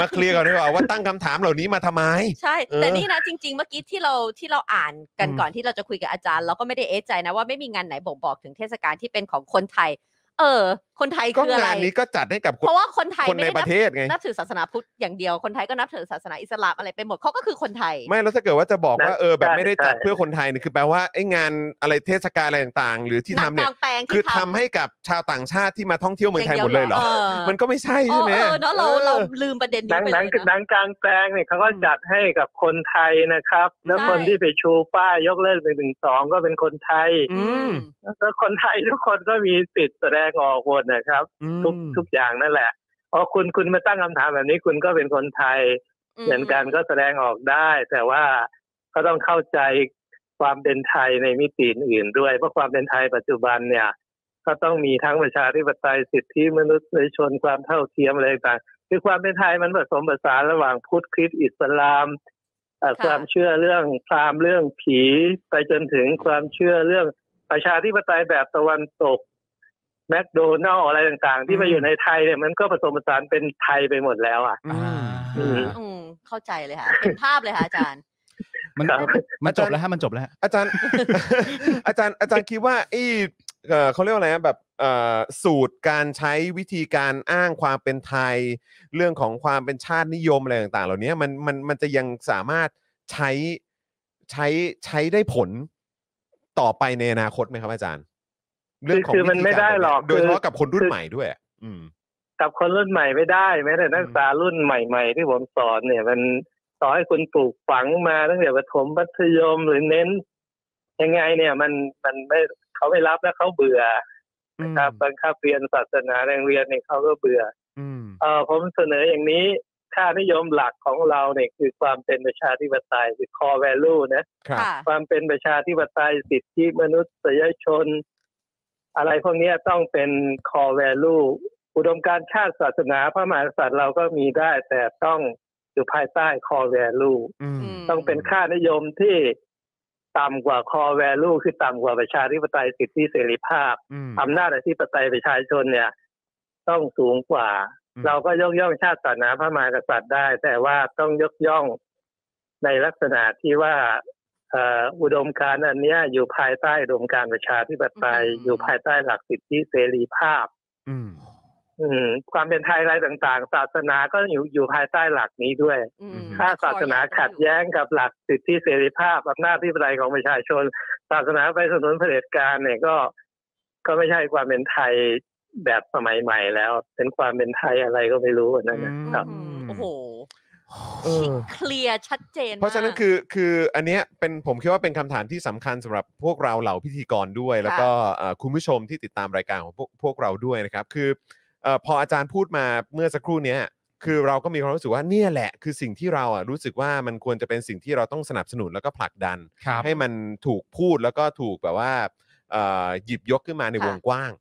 [SPEAKER 1] มาเคลียร์ก่อนดีกว่าว่าตั้งคำถามเหล่านี้มาทำไม
[SPEAKER 2] ใช่
[SPEAKER 1] เออ
[SPEAKER 2] แต่นี่นะจริง ๆ เมื่อกี้ที่เราที่เราอ่านกัน
[SPEAKER 1] อืม
[SPEAKER 2] ก่อนที่เราจะคุยกับอาจารย์ เราก็ไม่ได้เอะใจนะว่าไม่มีงานไหนบ่งบอกถึงเทศกาลที่เป็นของคนไทย เออ คนไทย
[SPEAKER 1] ก็
[SPEAKER 2] คืออะไร
[SPEAKER 1] งานนี้ก็จัดให้กับค
[SPEAKER 2] เพ
[SPEAKER 1] น
[SPEAKER 2] ราะว่าคนไทย
[SPEAKER 1] คน
[SPEAKER 2] ไม่
[SPEAKER 1] ใน
[SPEAKER 2] ได้
[SPEAKER 1] ป
[SPEAKER 2] นั
[SPEAKER 1] ระ
[SPEAKER 2] บ
[SPEAKER 1] เทศไง
[SPEAKER 2] นับถือศาสนาพุทธอย่างเดียวคนไทยก็นับถือศาสนาอิสลามอะไรไปหมดเขาก็คือคนไทย
[SPEAKER 1] ไม่แล้วถ้าเกิดว่าจะบอกว่า
[SPEAKER 3] ใช่
[SPEAKER 1] เออแบบ
[SPEAKER 3] ใช่
[SPEAKER 1] ไม่ได้จัด
[SPEAKER 3] ใช่
[SPEAKER 1] เพื่อคนไทยเนี่ยคือแปลว่าไอ้งานอะไรเทศกาลอะไรต่างๆ หรือที่ทำเนี่ย
[SPEAKER 2] กลางแปลง
[SPEAKER 1] คือทำ
[SPEAKER 2] ทำ
[SPEAKER 1] ให้กับชาวต่างชาติที่มาท่องเที่ยวเมืองไทย
[SPEAKER 2] าง
[SPEAKER 1] หมดเลยเหรอ มันก็ไม่ใช่
[SPEAKER 2] เอ
[SPEAKER 1] ใช่
[SPEAKER 2] อ
[SPEAKER 1] ไหม
[SPEAKER 2] เออเนาะเราเรา
[SPEAKER 1] ออ
[SPEAKER 2] ลืมประเด็น
[SPEAKER 3] หนั
[SPEAKER 2] นี้
[SPEAKER 3] ง
[SPEAKER 2] ไป
[SPEAKER 3] ห
[SPEAKER 2] เล
[SPEAKER 3] นัง
[SPEAKER 2] ย
[SPEAKER 3] ห
[SPEAKER 2] นะ
[SPEAKER 3] นังกลางแปลงเนี่ยเขาก็จัดให้กับคนไทยนะครับ แล้ว
[SPEAKER 2] ใช่
[SPEAKER 3] คนที่ไปชูป้ายยกเลิกหนึ่งถึงสองก็เป็นคนไทย
[SPEAKER 1] อืม
[SPEAKER 3] แล้วคนไทย ทุกคนก็มีสิทธิ์แสดงออกหมดนะครับ
[SPEAKER 1] อืม
[SPEAKER 3] ทุกทุกอย่างนั่นแหละพอคุณคุณมาตั้งคำถามแบบนี้คุณก็เป็นคนไทย เหมือนกันก็แสดงออกได้ แต่ว่าก็ต้องเข้าใจความเป็นไทยในมิติอื่นด้วย เพราะความเป็นไทยปัจจุบันเนี่ย ก็ต้องมีทั้งประชาธิปไตยสิทธิมนุษยชนความเท่าเทียมอะไรต่างคือความเป็นไทยมันผสมผสานระหว่างพุทธคริสต์อิสลามเอ่อ
[SPEAKER 2] ค่ะ
[SPEAKER 3] ความเชื่อเรื่องพราหมณ์เรื่องผีไปจนถึงความเชื่อเรื่องประชาธิปไตยแบบตะวันตกแมคโดนัลล์อะไรต่างๆ ที่มาอยู่ในไทยเนี่ยมันก็ผสมผสานเป็นไทยไปหมดแล้วอ่ะ
[SPEAKER 1] อืม
[SPEAKER 4] อ่า
[SPEAKER 2] อืมเข้าใจเลยค่ะเห็นภาพเลยค่ะอาจารย์
[SPEAKER 4] มัน
[SPEAKER 3] ครับ
[SPEAKER 4] มันจบแล้วฮะมันจบแล้วฮะ
[SPEAKER 1] อาจารย์ อาจารย์อาจารย์คิดว่าไอ้เอ่อเขาเรียกว่าอะไรนะแบบเอ่อสูตรการใช้วิธีการอ้างความเป็นไทย เรื่องของความเป็นชาตินิยมอะไรต่างๆ เหล่านี้มันมันมันจะยังสามารถใช้ใช้ใช้ได้ผลต่อไปในอนาคตไหมครับอาจารย์ เรื่องของ
[SPEAKER 3] คือมัน
[SPEAKER 1] วิธีา
[SPEAKER 3] ไม่ได้
[SPEAKER 1] แบบเนี้ย
[SPEAKER 3] หรอก
[SPEAKER 1] โดยเฉ
[SPEAKER 3] คือ
[SPEAKER 1] พาะกับคนรุ่น
[SPEAKER 3] คือ
[SPEAKER 1] ใหม่ด้วยอะอืม
[SPEAKER 3] กับคนรุ่นใหม่ไม่ได้แม้แต่นักศึกษารุ่นใหม่ๆ ที่ผมสอนเนี่ยมันต่อให้คุณปลูกฝังมาตั้งแต่ประถมมัธยมหรือเน้น ยังไงเนี่ยมันมันไม่เขาไม่รับแล้วเขาเบื่อนะครับบังคับเรียนศาสนาแรงเรียนเนี่ยเขาก็เบื่อ
[SPEAKER 1] อืม
[SPEAKER 3] เออผมเสนออย่างนี้ค่านิยมหลักของเราเนี่ยคือความเป็นประชาธิปไตยคือ core value นะ
[SPEAKER 1] ครับ
[SPEAKER 2] ค่ะ
[SPEAKER 3] ความเป็นประชาธิปไตยสิทธิมนุษยชน อะไรพวกเนี้ยต้องเป็น core value อุดมการณ์ชาติศาสนาพระมหากษัตริย์เราก็มีได้ แต่ต้องอยู่ภายใต้ core value
[SPEAKER 1] อืม
[SPEAKER 2] ม
[SPEAKER 3] ต้องเป็นค่านิยมที่ต่ำกว่า core value คือต่ำกว่าประชาธิปไตยสิทธิเสรีภาพ
[SPEAKER 1] อืม
[SPEAKER 3] อำนาจอธิปไตยประชาชนเนี่ย ต้องสูงกว่า
[SPEAKER 1] อืม
[SPEAKER 3] เราก็ยกย่องชาติศาสนาพระมหากษัตริย์ได้ แต่ว่าต้องยกย่องในลักษณะที่ว่าเอ่ออุดมการณ์อันเนี้ยอยู่ภายใต้อุดมการณ์ประชาธิปไตย
[SPEAKER 2] อืม
[SPEAKER 3] อยู่ภายใต้หลักสิทธิเสรีภาพ
[SPEAKER 1] อืม
[SPEAKER 3] อืม ความเป็นไทยอะไรต่างๆ ศาสนาก็อยู่อยู่ภายใต้หลักนี้ด้วย
[SPEAKER 2] อืม
[SPEAKER 3] ถ้าศาสนาขัดแย้งกับหลักสิทธิเสรีภาพอำนาจที่ปไตยของประชาชน ศาสนาไปสนับสนุนเผด็จการเนี่ยก็ ก็ไม่ใช่ความเป็นไทยแบบสมัยใหม่แล้ว เป็นความเป็นไทยอะไรก็ไม่รู้อันนนนะ
[SPEAKER 1] อืม
[SPEAKER 3] ครับ
[SPEAKER 2] อืมโอ้โห
[SPEAKER 1] เออ
[SPEAKER 2] เคลียร์ชัดเจนมก
[SPEAKER 1] เพราะฉะนั้นคือคืออันเนี้ยเป็นผมคิดว่าเป็นคำถามที่สำคัญสำหรับพวกเราเหล่าพิธีกรด้วย แล้วก็เอ่อคุณผู้ชมที่ติดตามรายการของพวกพวกเราด้วยนะครับ คือเอ่อพออาจารย์พูดมาเมื่อสักครู่เนี้ยคือเราก็มีความรู้สึกว่าเนี่ยแหละ คือสิ่งที่เราอ่ะรู้สึกว่ามันควรจะเป็นสิ่งที่เราต้องสนับสนุนแล้วก็ผลักดัน
[SPEAKER 4] ครับ
[SPEAKER 1] ให้มันถูกพูดแล้วก็ถูกแบบว่าเอ่อหยิบยกขึ้นมาใน
[SPEAKER 2] ค่ะ
[SPEAKER 1] วงกว้าง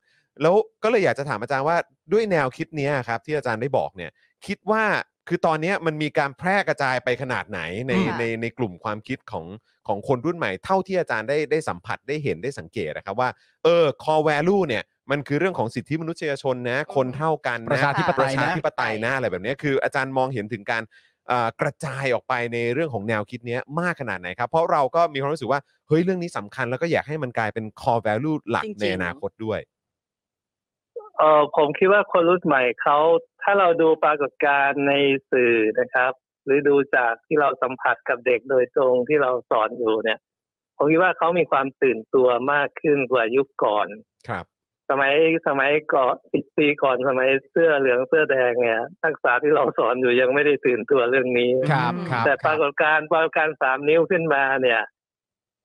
[SPEAKER 1] แล้วก็เลยอยากจะถามอาจารย์ว่าด้วยแนวคิดเนี้ยครับที่อาจารย์ได้บอกเนี่ย คิดว่าคือตอนเนี้ยมันมีการแพร่กระจายไปขนาดไหนใน
[SPEAKER 2] ค่ะ
[SPEAKER 1] ในในกลุ่มความคิดของของคนรุ่นใหม่ เท่าที่อาจารย์ได้ได้สัมผัสได้เห็นได้สังเกตนะครับว่าเออ core value เนี่ยมันคือเรื่องของสิทธิมนุษยชนนะ คนเท่ากัน
[SPEAKER 4] ประ
[SPEAKER 1] นะ
[SPEAKER 4] ชาธิปไต
[SPEAKER 1] ป
[SPEAKER 4] ย
[SPEAKER 1] ระชา
[SPEAKER 4] นะ
[SPEAKER 1] ธิปไตยนะอะไรแบบเนี้ยคืออาจารย์มองเห็นถึงการ เอ่อกระจายออกไปในเรื่องของแนวคิดเนี้ยมากขนาดไหนครับ เพราะเราก็มีความรู้สึกว่า เฮ้ยเรื่องนี้สำคัญแล้วก็อยากให้มันกลายเป็น core value หลัก
[SPEAKER 2] จริงๆ
[SPEAKER 1] ในอนาคตด้วย
[SPEAKER 3] เออผมคิดว่าคนรุ่นใหม่เขาถ้าเราดูปรากฏการณ์ในสื่อนะครับ หรือดูจากที่เราสัมผัสกับเด็กโดยตรงที่เราสอนอยู่เนี่ย ผมคิดว่าเขามีความตื่นตัวมากขึ้นกว่ายุคก่อน
[SPEAKER 1] ครับ
[SPEAKER 3] สมัยสมัยก่อนสิบปีก่อนสมัยเสื้อเหลืองเสื้อแดงเนี่ยนักศึกษาที่เราสอนอยู่ยังไม่ได้ตื่นตัวเรื่องนี้
[SPEAKER 4] ครับ
[SPEAKER 2] อืม
[SPEAKER 4] ครับ
[SPEAKER 3] แต่
[SPEAKER 4] ค
[SPEAKER 3] ป
[SPEAKER 4] รั
[SPEAKER 3] รา
[SPEAKER 4] บ
[SPEAKER 3] กฏการณ์ปรากฏการณ์สามนิ้วขึ้นมาเนี่ย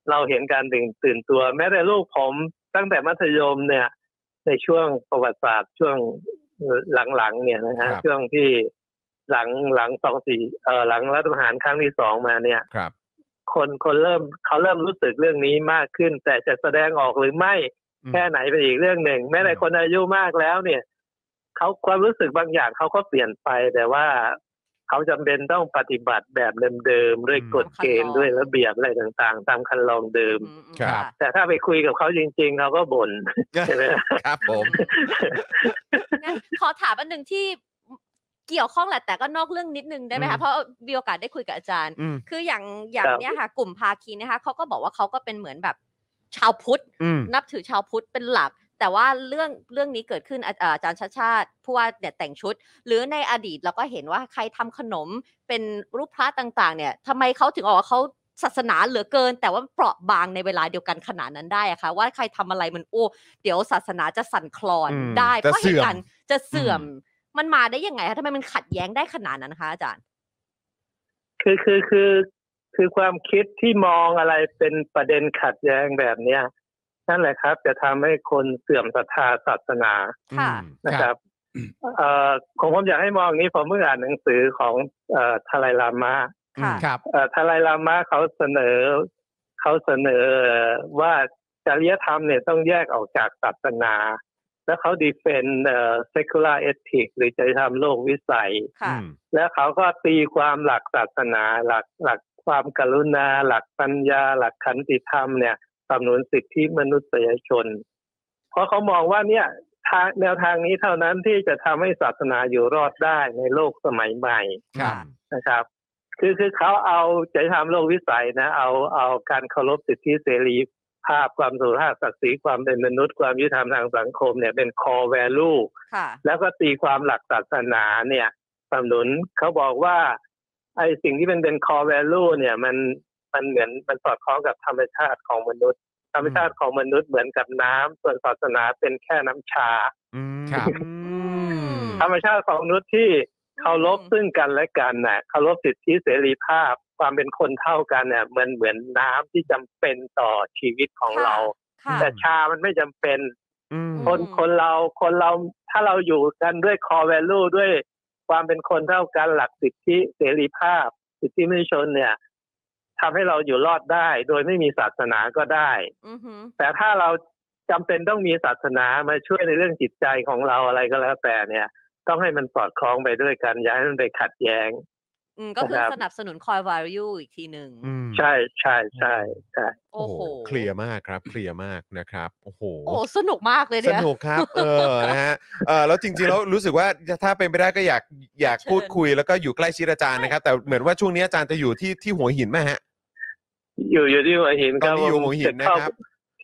[SPEAKER 3] เราเห็นการตื่นตื่นตัว แม้แต่ลูกผมตั้งแต่มัธยมเนี่ย ในช่วงประวัติศาสตร์ช่วงหลังๆเนี่ยนะฮะ
[SPEAKER 1] ครับ
[SPEAKER 3] ช่วงที่หลังหลังสองสี่เอ่อหลังรัฐประหารครั้งที่สองมาเนี่ย
[SPEAKER 1] ครับ
[SPEAKER 3] คนคนเริ่มเขาเริ่มรู้สึกเรื่องนี้มากขึ้น แต่จะแสดงออกหรือไม่
[SPEAKER 1] อืม
[SPEAKER 3] แค่ไหนเป็นอีกเรื่องหนึ่ง แม้แต่
[SPEAKER 1] อืม
[SPEAKER 3] คนอายุมากแล้วเนี่ยเขาความรู้สึกบางอย่างเขาก็เปลี่ยนไปแต่ว่า เขาจำเป็นต้องปฏิบัติแบบเดิมๆด้วย
[SPEAKER 1] อืม
[SPEAKER 3] กฎเกณฑ์ด้วยระเบียบอะไรต่างๆ ตามคันลองเดิม
[SPEAKER 2] อืมอืม
[SPEAKER 4] ครับ
[SPEAKER 2] ค่ะ
[SPEAKER 3] แต่ถ้าไปคุยกับเขาจริงๆเขาก็บ่น ใช่ไหม
[SPEAKER 1] ครับผม
[SPEAKER 2] งั้นขอถามอันหนึ่งที่เกี่ยวข้องแหละแต่ก็นอกเรื่องนิดนึงได้ไหม
[SPEAKER 1] อืม
[SPEAKER 2] คะเพราะมีโอกาสได้คุยกับอาจารย์
[SPEAKER 1] อืม
[SPEAKER 2] คืออย่างอย่าง
[SPEAKER 3] ครับ
[SPEAKER 2] เนี้ยค่ะกลุ่มภาคีนะคะเขาก็บอกว่าเขาก็เป็นเหมือนแบบชาวพุทธ
[SPEAKER 1] อืม
[SPEAKER 2] นับถือชาวพุทธเป็นหลัก แต่ว่าเรื่องเรื่องนี้เกิดขึ้นอาอ่าอาจารย์ชาติชาติผู้ว่าเนี่ยแต่งชุด หรือในอดีตเราก็เห็นว่าใครทำขนมเป็นรูปพระต่างๆ เนี่ยทำไมเขาถึงออกว่าเขาศาสนาเหลือเกิน แต่ว่าเปราะบางในเวลาเดียวกันขนาดนั้นได้อะคะว่าใครทำอะไรมันโอ้เดี๋ยวศาสนาจะสั่นคลอน
[SPEAKER 1] อืม
[SPEAKER 2] ได้
[SPEAKER 1] จะ
[SPEAKER 2] เพราะเหตุการณ์จะเสื่อม
[SPEAKER 1] อื
[SPEAKER 2] มันมาได้ยังไงคะทำไมมันขัดแย้งได้ขนาดนั้นคะอาจารย์
[SPEAKER 3] คือคือคือคือความคิดที่มองอะไรเป็นประเด็นขัดแย้งแบบเนี้ยนั่นแหละครับ จะทำให้คนเสื่อมศรัทธาศาสนา
[SPEAKER 2] ค่ะ
[SPEAKER 3] นะครับเอ่อของผมอยากให้มองอย่างนี้ผมเพิ่งอ่านหนังสือของเอ่อทาไลายลามะ
[SPEAKER 2] ค่ะ
[SPEAKER 4] ครับ
[SPEAKER 3] เอ่อทาไลายลามะเขาเสนอเขาเสนอว่าจริยธรรมเนี่ยต้องแยกออกจากศาสนา แล้วเขาดีเฟนเอ่อ secular ethics หรือจริยธรรมโลกวิสัย
[SPEAKER 2] ค่ะ
[SPEAKER 1] อืม
[SPEAKER 3] แล้วเขาก็ตีความหลักศาสนา หลักหลักความกรุณา หลักปัญญา หลักขันติธรรมเนี่ยสำนุนสิทธิมนุษยชน เพราะเขามองว่าเนี่ยทางแนวทางนี้เท่านั้นที่จะทำให้ศาสนาอยู่รอดได้ในโลกสมัยใหม่
[SPEAKER 4] ครับ
[SPEAKER 3] นะครับ คือคือเขาเอาจริยธรรมโลกวิสัยนะ เอาเอาการเคารพสิทธิเสรีภาพความสุภาพศักดิ์ศรีความเป็นมนุษย์ความยุติธรรมทางสังคมเนี่ยเป็น core value
[SPEAKER 2] ค่ะ
[SPEAKER 3] แล้วก็ตีความหลักศาสนาเนี่ยสนับสนุนเขาบอกว่าไอ้สิ่งที่เป็นเป็น core value เนี่ยมันมันเหมือนมันสอดคล้องกับธรรมชาติของมนุษย์ ธรรมชาติของมนุษย์เหมือนกับน้ำส่วนศาสนาเป็นแค่น้ำชา
[SPEAKER 1] อืม
[SPEAKER 4] ครับ
[SPEAKER 1] อืม
[SPEAKER 3] ธรรมชาติของมนุษย์ที่เคารพซึ่งกันและกันน่ะเคารพสิทธิเสรีภาพ ความเป็นคนเท่ากันเนี่ยเหมือนเหมือนน้ำที่จำเป็นต่อชีวิตของเรา
[SPEAKER 2] ค่ะ
[SPEAKER 3] แต่ชามันไม่จำเป็น
[SPEAKER 1] อืม
[SPEAKER 3] คน
[SPEAKER 2] อืม
[SPEAKER 3] คนเราคนเราถ้าเราอยู่กันด้วย core value ด้วยความเป็นคนเท่ากันหลักสิทธิเสรีภาพ สิทธิมนุษยชนเนี่ยทำให้เราอยู่รอดได้ โดยไม่มีศาสนาก็ได้
[SPEAKER 2] อือหือ
[SPEAKER 3] แต่ถ้าเราจำเป็นต้องมีศาสนามาช่วยในเรื่องจิตใจของเราอะไรก็แล้วแต่เนี่ย ต้องให้มันสอดคล้องไปด้วยกัน อย่าให้มันไปขัดแย้ง
[SPEAKER 2] อืมก็คือ
[SPEAKER 3] นะครับ
[SPEAKER 2] สนับสนุนคอยวายูอีกทีหนึ่ง
[SPEAKER 1] อืม
[SPEAKER 3] ใช่ใช่ใช่ใช่
[SPEAKER 2] โอ้โห
[SPEAKER 1] เคลียร์มากครับ เคลียร์มากนะครับ โอ้โห
[SPEAKER 2] โอ้สนุกมากเลย
[SPEAKER 1] ส
[SPEAKER 2] เนี่ย
[SPEAKER 1] นุกครับ เออ นะฮะ เออแล้วจริงๆแล้วรู้สึกว่าถ้าเป็นไปได้ก็อยากอยาก
[SPEAKER 2] เชิญ
[SPEAKER 1] พูด คุยแล้วก็อยู่ใกล้ชิดอาจารย์นะครับ แต่เหมือนว่าช่วงนี้อาจารย์จะอยู่ที่ที่หัวหินไหมฮะ
[SPEAKER 3] อยู่อยู่ที่หัวหิน
[SPEAKER 1] ต
[SPEAKER 3] ค
[SPEAKER 1] อ
[SPEAKER 3] รั
[SPEAKER 1] น
[SPEAKER 3] บ
[SPEAKER 1] นี้อยู่หัวหินนะครับ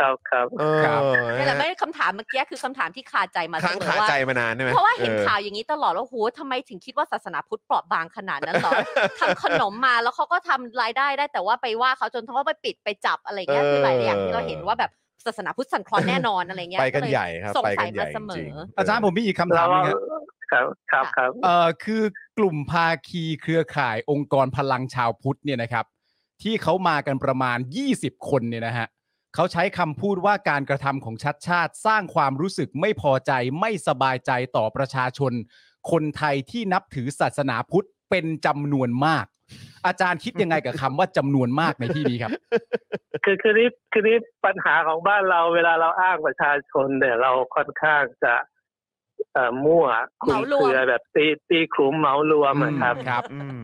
[SPEAKER 3] ครับครับ
[SPEAKER 1] เอ
[SPEAKER 4] ครับ
[SPEAKER 1] อ
[SPEAKER 2] นี่แหละไม่คำถามเมื่อกี้คือคำถามที่คาใจมาเส
[SPEAKER 1] ค้าง
[SPEAKER 2] มอ
[SPEAKER 1] คา
[SPEAKER 2] ว่า
[SPEAKER 1] ใจมานานใช่ไหม
[SPEAKER 2] เพราะว่าเห็น
[SPEAKER 1] ออ
[SPEAKER 2] ข่าวอย่างนี้ตลอดว่าโหทำไมถึงคิดว่าศาสนาพุทธเปราะบางขนาดนั้นห รอ ทำขนมมาแล้วเขาก็ทำรายได้ได้แต่ว่าไปว่าเขาจนเขาก็ไปปิดไปจับอะไรเงี้ยคือหลายอย่างที่เราเห็นว่าแบบศาสนาพุทธสันคลอนแน่นอนอะไรเงี้ย
[SPEAKER 1] ไปกัน
[SPEAKER 2] เลย
[SPEAKER 1] ใหญ่ครับ
[SPEAKER 2] สงสัย
[SPEAKER 1] ไปกันใหญ่
[SPEAKER 2] มาเสมอ
[SPEAKER 1] จริงๆ
[SPEAKER 4] อาจารย์ผมมีอีกคำถา
[SPEAKER 3] เรา
[SPEAKER 4] มหนึงฮะ
[SPEAKER 3] ครับครับครับ
[SPEAKER 4] เอ่อคือกลุ่มภาคีเครือข่ายองค์กรพลังชาวพุทธเนี่ยนะครับ ที่เขามากันประมาณ 20 คนเนี่ยนะฮะเขาใช้คำพูดว่าการกระทำของชัดชาติสร้างความรู้สึกไม่พอใจไม่สบายใจต่อประชาชน คนไทยที่นับถือศาสนาพุทธเป็นจำนวนมาก อาจารย์คิดยังไงกับคำว่าจำนวนมากในที่นี้ครับ
[SPEAKER 3] คือคือนี่คือนี่ปัญหาของบ้านเราเวลาเราอ้างประชาชนเนี่ยเราค่อนข้างจะเอ่อมั่วคลุมเครือแบบตีตีคลุมเหมารวมอะครับ
[SPEAKER 4] ครับ
[SPEAKER 1] อืม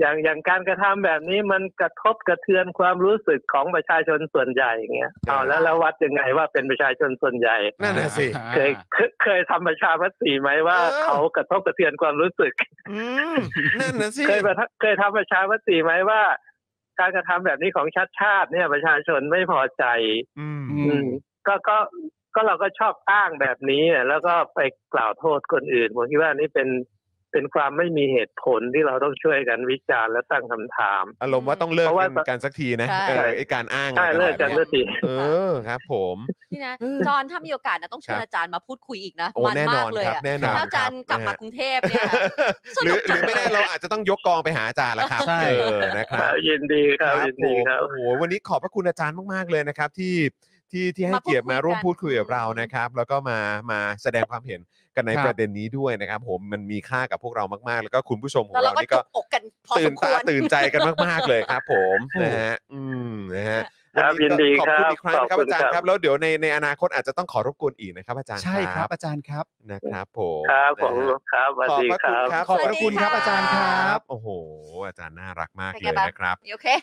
[SPEAKER 3] อย่างอย่างการกระทำแบบนี้มันกระทบกระเทือนความรู้สึกของประชาชนส่วนใหญ่อย่างเงี้ยเอาแล้วแล้ววัดยังไงว่าเป็นประชาชนส่วนใหญ่
[SPEAKER 1] นั่นน่ะสิ
[SPEAKER 3] เคยเคยเคยทำประชามติไหมว่า
[SPEAKER 1] เออ
[SPEAKER 3] เขากระทบกระเทือนความรู้สึก
[SPEAKER 1] อืมนั่นนะสิ
[SPEAKER 3] เคยประทะเคยทำประชามติไหมว่า การกระทำแบบนี้ของชาติชาติเนี่ยประชาชนไม่พอใจ
[SPEAKER 1] อืม
[SPEAKER 4] อื
[SPEAKER 3] อืม
[SPEAKER 4] ม
[SPEAKER 3] ก็ก็ก็เราก็ชอบอ้างแบบนี้อ่ะแล้วก็ไปกล่าวโทษคนอื่นผมคิดว่านี่เป็นเป็นความไม่มีเหตุผลที่เราต้องช่วยกันวิจารณ์และตั้งคำถาม
[SPEAKER 1] อารมณ์ว่าต้องเลิก
[SPEAKER 3] เพราะว่า
[SPEAKER 1] กันกันสักทีนะ
[SPEAKER 2] ใช่
[SPEAKER 1] เออไอการอ้าง
[SPEAKER 3] ใช่
[SPEAKER 1] อะไร
[SPEAKER 3] เลิกกัน
[SPEAKER 1] แบบ
[SPEAKER 3] สักที
[SPEAKER 1] เออครับ ผม
[SPEAKER 2] นี่นะ
[SPEAKER 1] เออ
[SPEAKER 2] จอห์นถ้ามีโอกาสนะต้องเชิ
[SPEAKER 1] ครับ
[SPEAKER 2] ญอาจารย์มาพูดคุยอีกนะ
[SPEAKER 1] โอ้
[SPEAKER 2] มัน
[SPEAKER 1] แน่น
[SPEAKER 2] มา
[SPEAKER 1] อก น
[SPEAKER 2] เลย
[SPEAKER 1] ครับ
[SPEAKER 2] อะ
[SPEAKER 1] แน่นอน
[SPEAKER 2] ถ้าอาจารย์กลับมากรุงเทพเนี่ยนะ ส
[SPEAKER 1] ห
[SPEAKER 2] นุ
[SPEAKER 1] รือก ห
[SPEAKER 2] จัง
[SPEAKER 1] รือไม่แน่เราอาจจะต้องยกกองไปหาอาจารย์ละครับ
[SPEAKER 4] ใช่
[SPEAKER 1] เออนะครับ
[SPEAKER 3] ยินดีครับยิน
[SPEAKER 1] ผ
[SPEAKER 3] ดี
[SPEAKER 1] ม
[SPEAKER 3] ครับ
[SPEAKER 1] โอ้โหวันนี้ขอบพระคุณอาจารย์มากๆเลยนะครับ ที่ที่ที่ให้
[SPEAKER 2] มาพูด
[SPEAKER 1] เกียรติมาร่วม
[SPEAKER 2] คุยกัน
[SPEAKER 1] พูดคุยกับเรานะครับ แล้วก็มามาแสดงความเห็นกันใน
[SPEAKER 4] ครับ
[SPEAKER 1] ประเด็นนี้ด้วยนะครับ ผมมันมีค่ากับพวกเรามากๆ แล้วก็คุณผู้ชมของ
[SPEAKER 2] แล้วเรา
[SPEAKER 1] เรา
[SPEAKER 2] ก็
[SPEAKER 1] นี่ก็
[SPEAKER 2] จุกอกกันพอ
[SPEAKER 1] ตื่
[SPEAKER 2] ส
[SPEAKER 1] น
[SPEAKER 2] มค
[SPEAKER 1] ตาว
[SPEAKER 2] ร
[SPEAKER 1] ตื่นใจกันมากๆเลยครับ ผมนะฮะอืมนะฮะ
[SPEAKER 3] ครับ
[SPEAKER 1] วั
[SPEAKER 3] ยินดี
[SPEAKER 1] ก็ขอบ
[SPEAKER 3] ครั
[SPEAKER 1] คุณ
[SPEAKER 3] บ
[SPEAKER 1] อีกครั้งนะครับอาจารย์ครับ แล้วเดี๋ยวในในอนาคตอาจจะต้องขอรบกวนอีกนะครับอาจารย์
[SPEAKER 4] ใช่ครับอาจารย์ครับ
[SPEAKER 1] นะครับผม
[SPEAKER 3] ครับผม
[SPEAKER 1] นะฮะ
[SPEAKER 3] ครับสวัสดี
[SPEAKER 1] ขอบพระคุณ
[SPEAKER 3] ครับ
[SPEAKER 1] ครับ
[SPEAKER 4] ขอบพระคุณครับอาจารย์ครับ
[SPEAKER 1] โอ้โห อาจารย์น่ารักมากเลยนะครับ
[SPEAKER 2] โอเค